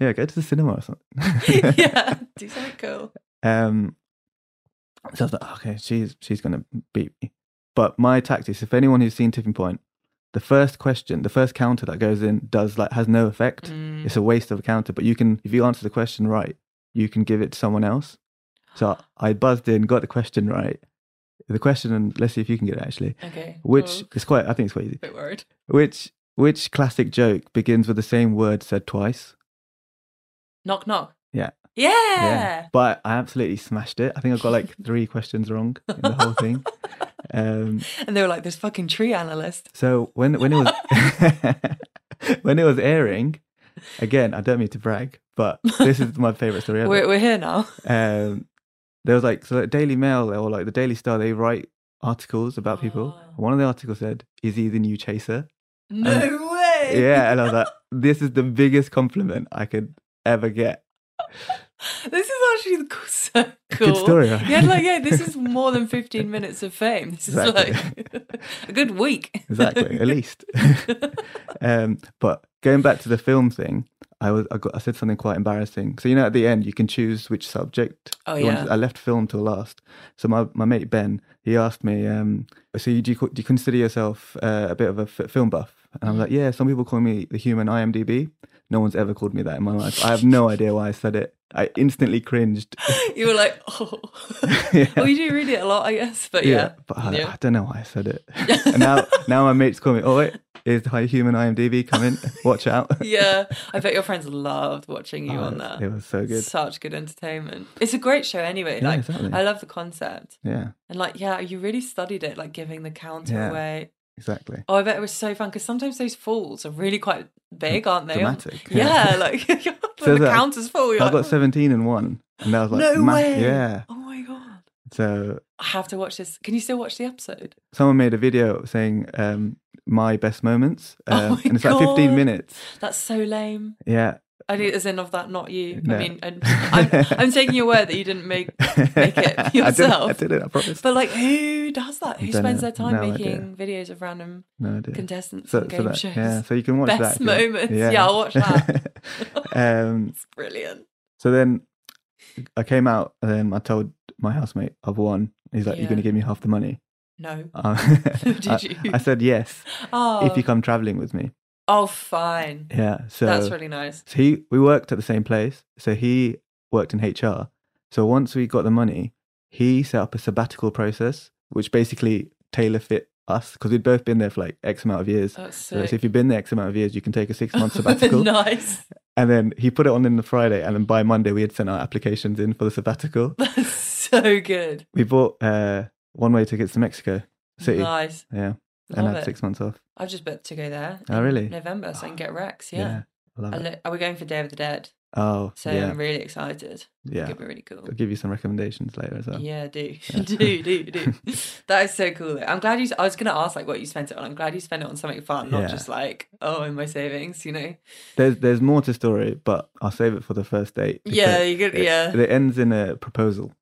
[SPEAKER 1] yeah, go to the cinema or something.
[SPEAKER 2] yeah, do something cool.
[SPEAKER 1] Um, so I was like, okay, she's she's gonna beat me. But my tactics, if anyone who's seen Tipping Point, the first question, the first counter that goes in does like has no effect.
[SPEAKER 2] Mm.
[SPEAKER 1] It's a waste of a counter. But you can, if you answer the question right, you can give it to someone else. So I buzzed in, got the question right. The question, and let's see if you can get it actually.
[SPEAKER 2] Okay.
[SPEAKER 1] Which
[SPEAKER 2] cool.
[SPEAKER 1] is quite, I think it's quite easy.
[SPEAKER 2] bit worried.
[SPEAKER 1] Which which classic joke begins with the same word said twice?
[SPEAKER 2] Knock knock.
[SPEAKER 1] Yeah.
[SPEAKER 2] Yeah.
[SPEAKER 1] But I absolutely smashed it. I think I got like three questions wrong in the whole thing. Um,
[SPEAKER 2] And they were like, "This fucking tree analyst."
[SPEAKER 1] so when when it was when it was airing, again, I don't mean to brag, but this is my favorite story ever.
[SPEAKER 2] We're, we're here now.
[SPEAKER 1] Um, there was like so like Daily Mail or like the Daily Star, they write articles about people.
[SPEAKER 2] Ah.
[SPEAKER 1] One of the articles said, "Is he the new chaser?"
[SPEAKER 2] No way.
[SPEAKER 1] Yeah, and I was like, "This is the biggest compliment I could ever get."
[SPEAKER 2] This is actually the cool, so cool.
[SPEAKER 1] Good story. Right?
[SPEAKER 2] Yeah, like yeah, this is more than fifteen minutes of fame. This is
[SPEAKER 1] Exactly.
[SPEAKER 2] like a good week.
[SPEAKER 1] exactly at least um but going back to the film thing i was i, got, I said something quite embarrassing so you know at the end you can choose which subject
[SPEAKER 2] Oh,
[SPEAKER 1] you want to-
[SPEAKER 2] yeah.
[SPEAKER 1] i left film till last so my, my mate ben he asked me um so you, do, you, co- do you consider yourself uh, a bit of a f- film buff and i
[SPEAKER 2] Mm.
[SPEAKER 1] was like yeah some people call me the human imdb no one's ever called me that in my life i have no idea why i said it i instantly cringed
[SPEAKER 2] You were like, oh,
[SPEAKER 1] Yeah.
[SPEAKER 2] well, you do read it a lot, I guess. But yeah,
[SPEAKER 1] but uh, I,
[SPEAKER 2] Yeah.
[SPEAKER 1] I don't know why I said it. and now, now my mates call me. Oh wait, is the human IMDb coming? Watch out!
[SPEAKER 2] yeah. I bet your friends loved watching you
[SPEAKER 1] Oh,
[SPEAKER 2] on
[SPEAKER 1] it was-
[SPEAKER 2] that.
[SPEAKER 1] It was so good.
[SPEAKER 2] Such good entertainment. It's a great show anyway.
[SPEAKER 1] Yeah,
[SPEAKER 2] like
[SPEAKER 1] exactly.
[SPEAKER 2] I love the concept.
[SPEAKER 1] Yeah,
[SPEAKER 2] And like, yeah, you really studied it, like giving the counter
[SPEAKER 1] Yeah.
[SPEAKER 2] away.
[SPEAKER 1] exactly.
[SPEAKER 2] Oh, I bet it was so fun because sometimes those falls are really quite
[SPEAKER 1] Mm,
[SPEAKER 2] big, aren't they?
[SPEAKER 1] Dramatic,
[SPEAKER 2] Yeah,
[SPEAKER 1] yeah.
[SPEAKER 2] like when
[SPEAKER 1] So
[SPEAKER 2] the
[SPEAKER 1] that-
[SPEAKER 2] counters fall. You're
[SPEAKER 1] I got
[SPEAKER 2] like, oh,
[SPEAKER 1] seventeen and one, and that was like
[SPEAKER 2] no
[SPEAKER 1] ma-
[SPEAKER 2] way.
[SPEAKER 1] Yeah.
[SPEAKER 2] Oh my god.
[SPEAKER 1] So
[SPEAKER 2] I have to watch this. Can you still watch the episode?
[SPEAKER 1] someone made a video saying um, my best moments,
[SPEAKER 2] Oh
[SPEAKER 1] um,
[SPEAKER 2] my
[SPEAKER 1] and it's like fifteen
[SPEAKER 2] God.
[SPEAKER 1] minutes.
[SPEAKER 2] That's so lame.
[SPEAKER 1] Yeah.
[SPEAKER 2] I need, as in of that, not you. I
[SPEAKER 1] No.
[SPEAKER 2] mean, and I'm, I'm taking your word that you didn't make make
[SPEAKER 1] I
[SPEAKER 2] it
[SPEAKER 1] did it-
[SPEAKER 2] yourself.
[SPEAKER 1] I did it. I promise.
[SPEAKER 2] But like, who does that? Who
[SPEAKER 1] Don't
[SPEAKER 2] spends
[SPEAKER 1] know.
[SPEAKER 2] their time
[SPEAKER 1] No
[SPEAKER 2] making videos of random
[SPEAKER 1] no, I did.
[SPEAKER 2] contestants
[SPEAKER 1] So,
[SPEAKER 2] and
[SPEAKER 1] so
[SPEAKER 2] game
[SPEAKER 1] that,
[SPEAKER 2] shows?
[SPEAKER 1] yeah, so you can watch
[SPEAKER 2] Best
[SPEAKER 1] that. if you want.
[SPEAKER 2] moments. Yeah, I'll watch that.
[SPEAKER 1] um,
[SPEAKER 2] It's brilliant.
[SPEAKER 1] So then I came out and then I told my housemate I've won. He's like,
[SPEAKER 2] Yeah.
[SPEAKER 1] "You're going to give me half the money."
[SPEAKER 2] No.
[SPEAKER 1] Um,
[SPEAKER 2] Did
[SPEAKER 1] I,
[SPEAKER 2] you?
[SPEAKER 1] I said yes
[SPEAKER 2] Oh,
[SPEAKER 1] if you come traveling with me.
[SPEAKER 2] oh fine.
[SPEAKER 1] Yeah. So
[SPEAKER 2] That's really nice.
[SPEAKER 1] so he we worked at the same place. So he worked in HR. So once we got the money, he set up a sabbatical process, which basically tailor fit us because we'd both been there for like X amount of years.
[SPEAKER 2] That's
[SPEAKER 1] So
[SPEAKER 2] sick.
[SPEAKER 1] if you've been there X amount of years, you can take a six month sabbatical.
[SPEAKER 2] nice.
[SPEAKER 1] And then he put it on in the Friday, and then by Monday we had sent our applications in for the sabbatical.
[SPEAKER 2] That's so good.
[SPEAKER 1] we bought uh, one way tickets to Mexico City.
[SPEAKER 2] Nice.
[SPEAKER 1] Yeah. and
[SPEAKER 2] Love
[SPEAKER 1] had
[SPEAKER 2] it.
[SPEAKER 1] six months off.
[SPEAKER 2] I've just booked to go there.
[SPEAKER 1] Oh,
[SPEAKER 2] in
[SPEAKER 1] really?
[SPEAKER 2] November, so I can get Rex. Yeah.
[SPEAKER 1] I love
[SPEAKER 2] I
[SPEAKER 1] it.
[SPEAKER 2] look, are we going for Day of the Dead?
[SPEAKER 1] oh,
[SPEAKER 2] So
[SPEAKER 1] yeah.
[SPEAKER 2] I'm really excited.
[SPEAKER 1] yeah.
[SPEAKER 2] It'll be really cool.
[SPEAKER 1] I'll give you some recommendations later as well.
[SPEAKER 2] Yeah, do. do, do, do. That is so cool. Though. I'm glad you, I was going to ask like what you spent it on. I'm glad you spent it on something fun, not
[SPEAKER 1] Yeah.
[SPEAKER 2] just like, oh, in my savings, you know?
[SPEAKER 1] There's there's more to story, but I'll save it for the first date. because
[SPEAKER 2] Yeah, you could,
[SPEAKER 1] it,
[SPEAKER 2] yeah.
[SPEAKER 1] It ends in a proposal.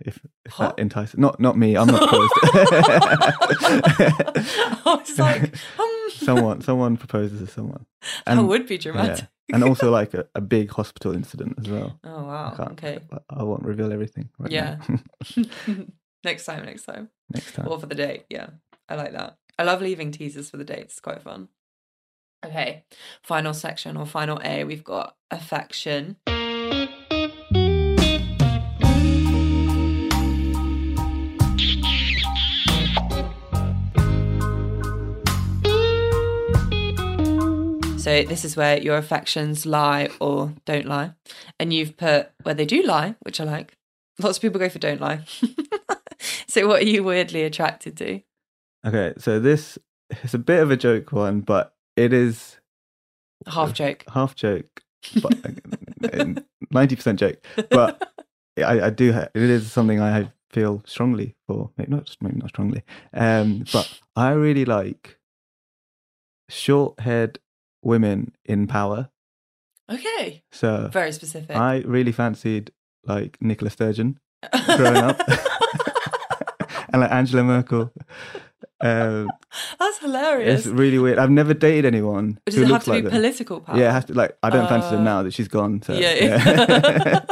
[SPEAKER 1] If, if
[SPEAKER 2] Huh?
[SPEAKER 1] that entices, not not me, I'm not
[SPEAKER 2] I
[SPEAKER 1] proposed.
[SPEAKER 2] was like, um,
[SPEAKER 1] someone someone proposes to someone.
[SPEAKER 2] that would be
[SPEAKER 1] yeah.
[SPEAKER 2] dramatic.
[SPEAKER 1] and also like a, a big hospital incident as well.
[SPEAKER 2] Oh,
[SPEAKER 1] I
[SPEAKER 2] wow.
[SPEAKER 1] can't.
[SPEAKER 2] Okay.
[SPEAKER 1] I- I won't reveal everything. Right
[SPEAKER 2] Yeah.
[SPEAKER 1] now.
[SPEAKER 2] next time, next time.
[SPEAKER 1] Next time.
[SPEAKER 2] Or for the date. Yeah. I like that. I love leaving teasers for the dates. It's quite fun. Okay. Final section or final A, we've got affection. So this is where your affections lie or don't lie. And you've put where they do lie, which I like. Lots of people go for don't lie. so what are you weirdly attracted to?
[SPEAKER 1] Okay, so this is a bit of a joke one, but it is
[SPEAKER 2] Half joke.
[SPEAKER 1] half joke, but uh, ninety percent joke. But I, I do. ha- It is something I feel strongly for. Maybe not. Maybe not strongly. Um, but I really like short-haired women in power.
[SPEAKER 2] Okay.
[SPEAKER 1] So
[SPEAKER 2] Very specific.
[SPEAKER 1] I really fancied like Nicola Sturgeon growing up, and like Angela Merkel. Um,
[SPEAKER 2] That's hilarious.
[SPEAKER 1] it's really weird. I've never dated anyone
[SPEAKER 2] Does
[SPEAKER 1] who
[SPEAKER 2] it have
[SPEAKER 1] looks
[SPEAKER 2] to
[SPEAKER 1] like them.
[SPEAKER 2] be political power?
[SPEAKER 1] Yeah, it has to, like I don't fancy
[SPEAKER 2] Uh,
[SPEAKER 1] them now that she's gone. So,
[SPEAKER 2] yeah.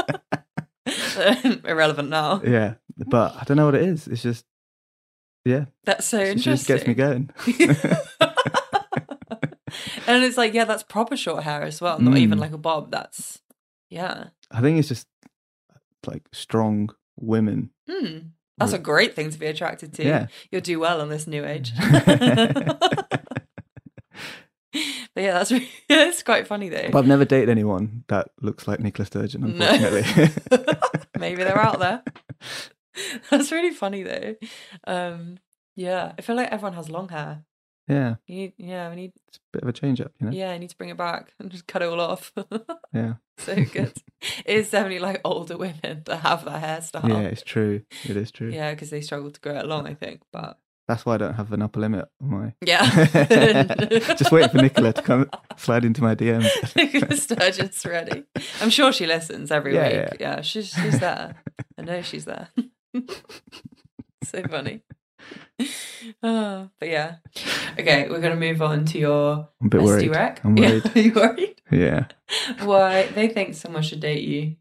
[SPEAKER 1] yeah.
[SPEAKER 2] Irrelevant now.
[SPEAKER 1] Yeah, but I don't know what it is. It's just yeah,
[SPEAKER 2] That's so
[SPEAKER 1] it
[SPEAKER 2] interesting.
[SPEAKER 1] just gets me going.
[SPEAKER 2] and it's like, yeah, that's proper short hair as well. Not
[SPEAKER 1] Mm.
[SPEAKER 2] even like a bob. That's yeah.
[SPEAKER 1] I think it's just like strong women.
[SPEAKER 2] Hmm. That's a great thing to be attracted to.
[SPEAKER 1] Yeah.
[SPEAKER 2] You'll do well in this new age. but yeah, that's really, it's quite funny though.
[SPEAKER 1] But I've never dated anyone that looks like Nicola Sturgeon,
[SPEAKER 2] No.
[SPEAKER 1] unfortunately.
[SPEAKER 2] Maybe they're out there. That's really funny though. Um, yeah, I feel like everyone has long hair.
[SPEAKER 1] yeah,
[SPEAKER 2] You need, yeah, we need,
[SPEAKER 1] it's a bit of a change up, you know.
[SPEAKER 2] yeah, I need to bring it back and just cut it all off.
[SPEAKER 1] Yeah,
[SPEAKER 2] so good. it's definitely like older women that have that hairstyle.
[SPEAKER 1] yeah, it's true. It is true.
[SPEAKER 2] Oh. Yeah, because they struggle to grow it long, I think. But
[SPEAKER 1] That's why I don't have an upper limit on my.
[SPEAKER 2] yeah,
[SPEAKER 1] just waiting for Nicola to come slide into my DMs.
[SPEAKER 2] Nicola Sturgeon's ready. I'm sure she listens every
[SPEAKER 1] Yeah,
[SPEAKER 2] week. Yeah. she's she's there. I know she's there. so funny. Oh, but yeah. Okay, we're gonna move on to your
[SPEAKER 1] I'm a bit
[SPEAKER 2] SD
[SPEAKER 1] worried.
[SPEAKER 2] rec.
[SPEAKER 1] I'm
[SPEAKER 2] Yeah,
[SPEAKER 1] worried.
[SPEAKER 2] are you worried?
[SPEAKER 1] Yeah.
[SPEAKER 2] Why they think someone should date you?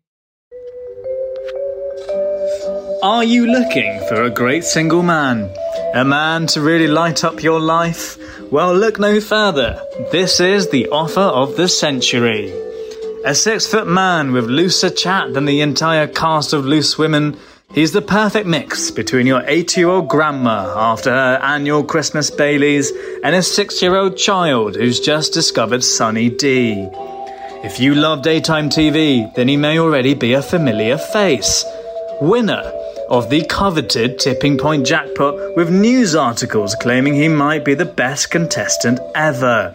[SPEAKER 3] Are you looking for a great single man? A man to really light up your life? Well, look no further. This is the offer of the century. A six foot man with looser chat than the entire cast of Loose Women, he's the perfect mix between your eight year old grandma after her annual Christmas Baileys and a six year old child who's just discovered Sunny D. If you love daytime TV, then he may already be a familiar face winner of the coveted tipping point jackpot with news articles claiming he might be the best contestant ever.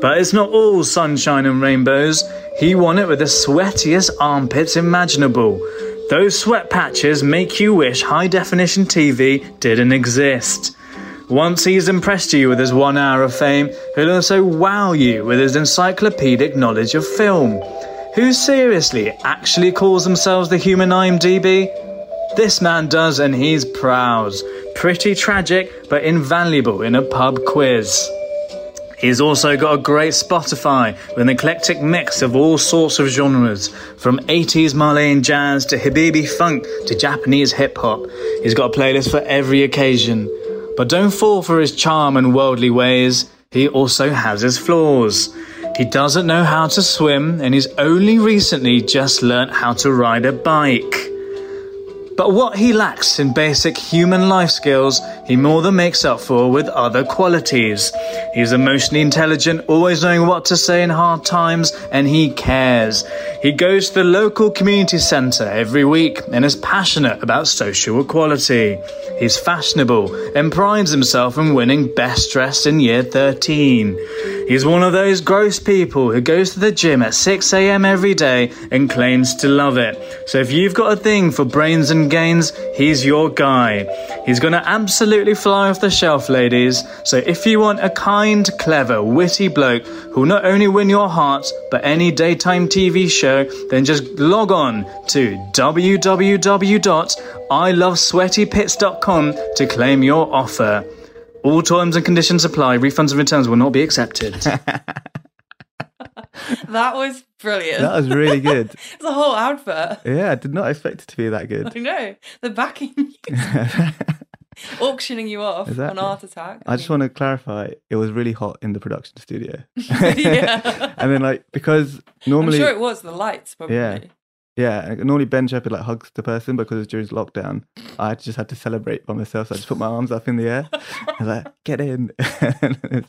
[SPEAKER 3] But it's not all sunshine and rainbows. He won it with the sweatiest armpits imaginable. Those sweat patches make you wish high definition TV didn't exist. Once he's impressed you with his one hour of fame, he'll also wow you with his encyclopedic knowledge of film. Who seriously actually calls themselves the human IMDb? This man does, and he's proud. Pretty tragic, but invaluable in a pub quiz. He's also got a great Spotify with an eclectic mix of all sorts of genres, from 80s Malayan jazz to Hibibi funk to Japanese hip hop. He's got a playlist for every occasion. But don't fall for his charm and worldly ways, he also has his flaws. He doesn't know how to swim, and he's only recently just learnt how to ride a bike. But what he lacks in basic human life skills, he more than makes up for with other qualities. He's emotionally intelligent, always knowing what to say in hard times, and he cares. He goes to the local community centre every week and is passionate about social equality. He's fashionable and prides himself in winning Best Dressed in Year 13. He's one of those gross people who goes to the gym at 6 a.m. every day and claims to love it. So if you've got a thing for brains and gains, he's your guy. He's going to absolutely fly off the shelf, ladies. So if you want a kind, clever, witty bloke who'll not only win your hearts, but any daytime TV show, then just log on to www.ilovesweatypits.com to claim your offer. All terms and conditions apply. Refunds and returns will not be accepted.
[SPEAKER 2] That was brilliant.
[SPEAKER 1] That was really good.
[SPEAKER 2] it's a whole advert.
[SPEAKER 1] Yeah, I did not expect it to be that good.
[SPEAKER 2] I know the backing music auctioning you off on
[SPEAKER 1] Exactly.
[SPEAKER 2] Art Attack.
[SPEAKER 1] I just want to clarify, it was really hot in the production studio.
[SPEAKER 2] yeah.
[SPEAKER 1] and then like because
[SPEAKER 2] I'm
[SPEAKER 1] normally
[SPEAKER 2] sure it was the lights, probably.
[SPEAKER 1] Yeah. yeah like, normally ben shepherd like hugs the person because it was during lockdown i just had to celebrate by myself so i just put my arms up in the air I was like get in and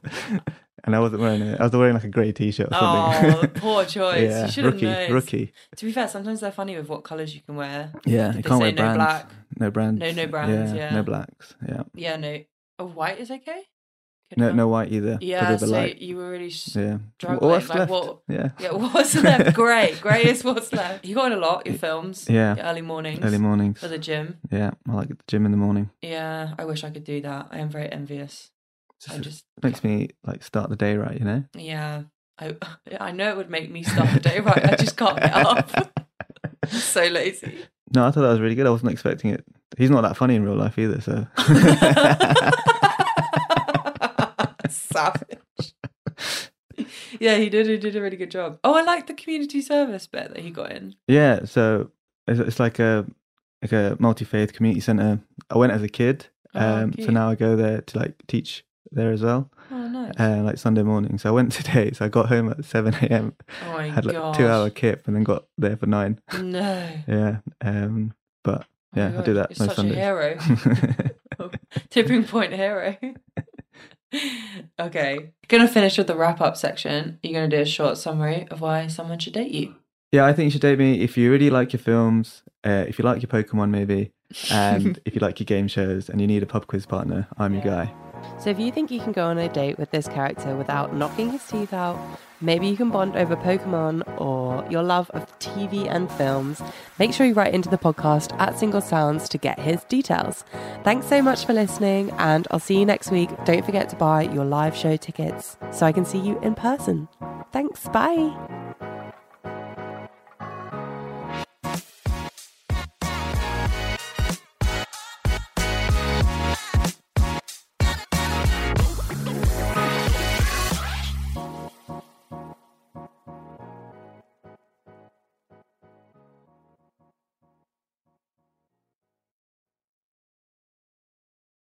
[SPEAKER 1] and I wasn't wearing it. I was wearing like a grey t-shirt or
[SPEAKER 2] Oh,
[SPEAKER 1] something.
[SPEAKER 2] poor choice.
[SPEAKER 1] yeah,
[SPEAKER 2] you should have
[SPEAKER 1] rookie,
[SPEAKER 2] known.
[SPEAKER 1] rookie.
[SPEAKER 2] To be fair, sometimes they're funny with what colours you can wear.
[SPEAKER 1] Yeah,
[SPEAKER 2] Did
[SPEAKER 1] you
[SPEAKER 2] they
[SPEAKER 1] can't
[SPEAKER 2] say
[SPEAKER 1] wear
[SPEAKER 2] no
[SPEAKER 1] brands.
[SPEAKER 2] black?
[SPEAKER 1] No brands.
[SPEAKER 2] No, no brands, yeah.
[SPEAKER 1] no blacks. Yeah,
[SPEAKER 2] Yeah, no. A white is okay? Could
[SPEAKER 1] no,
[SPEAKER 2] not-
[SPEAKER 1] no white either. but
[SPEAKER 2] Yeah,
[SPEAKER 1] there's a
[SPEAKER 2] so
[SPEAKER 1] light.
[SPEAKER 2] you were really. Sh-
[SPEAKER 1] yeah.
[SPEAKER 2] struggling,
[SPEAKER 1] Well, what's
[SPEAKER 2] like,
[SPEAKER 1] left?
[SPEAKER 2] what-
[SPEAKER 1] Yeah.
[SPEAKER 2] Yeah, what's left? Grey. Grey is what's left. You got in a lot, your films.
[SPEAKER 1] Yeah.
[SPEAKER 2] Your early mornings.
[SPEAKER 1] Early mornings.
[SPEAKER 2] For the gym.
[SPEAKER 1] Yeah, I like at the gym in the morning.
[SPEAKER 2] Yeah, I wish I could do that. I am very envious. I
[SPEAKER 1] Just-
[SPEAKER 2] just,
[SPEAKER 1] Makes me like start the day right, you know.
[SPEAKER 2] yeah. I, I know it would make me start the day right. I just can't get up. so lazy.
[SPEAKER 1] No, I thought that was really good. I wasn't expecting it. He's not that funny in real life either, so
[SPEAKER 2] Savage. Yeah, he did. He did a really good job. Oh, I like the community service bit that he got in.
[SPEAKER 1] yeah. So it's, it's like a like a multi faith community center. I went as a kid,
[SPEAKER 2] Oh,
[SPEAKER 1] um,
[SPEAKER 2] cute.
[SPEAKER 1] so now I go there to like teach there as well,
[SPEAKER 2] Oh, nice.
[SPEAKER 1] uh, like Sunday morning. So I went today. So I got home at seven a.m.
[SPEAKER 2] oh my
[SPEAKER 1] had like
[SPEAKER 2] gosh.
[SPEAKER 1] two hour kip and then got there for nine.
[SPEAKER 2] No.
[SPEAKER 1] Yeah, um, but
[SPEAKER 2] Oh my
[SPEAKER 1] yeah, I
[SPEAKER 2] gosh,
[SPEAKER 1] do that
[SPEAKER 2] You're
[SPEAKER 1] most
[SPEAKER 2] such
[SPEAKER 1] Sundays.
[SPEAKER 2] a hero. Tipping point hero. okay. Gonna finish with the wrap up section. You're gonna do a short summary of why someone should date you.
[SPEAKER 1] Yeah, I think you should date me if you really like your films, uh, if you like your Pokemon maybe, and if you like your game shows and you need a pub quiz partner, I'm your guy.
[SPEAKER 4] So if you think you can go on a date with this character without knocking his teeth out, maybe you can bond over Pokemon or your love of TV and films, make sure you write into the podcast at Single Sounds to get his details. Thanks so much for listening, and I'll see you next week. Don't forget to buy your live show tickets so I can see you in person. Thanks, bye.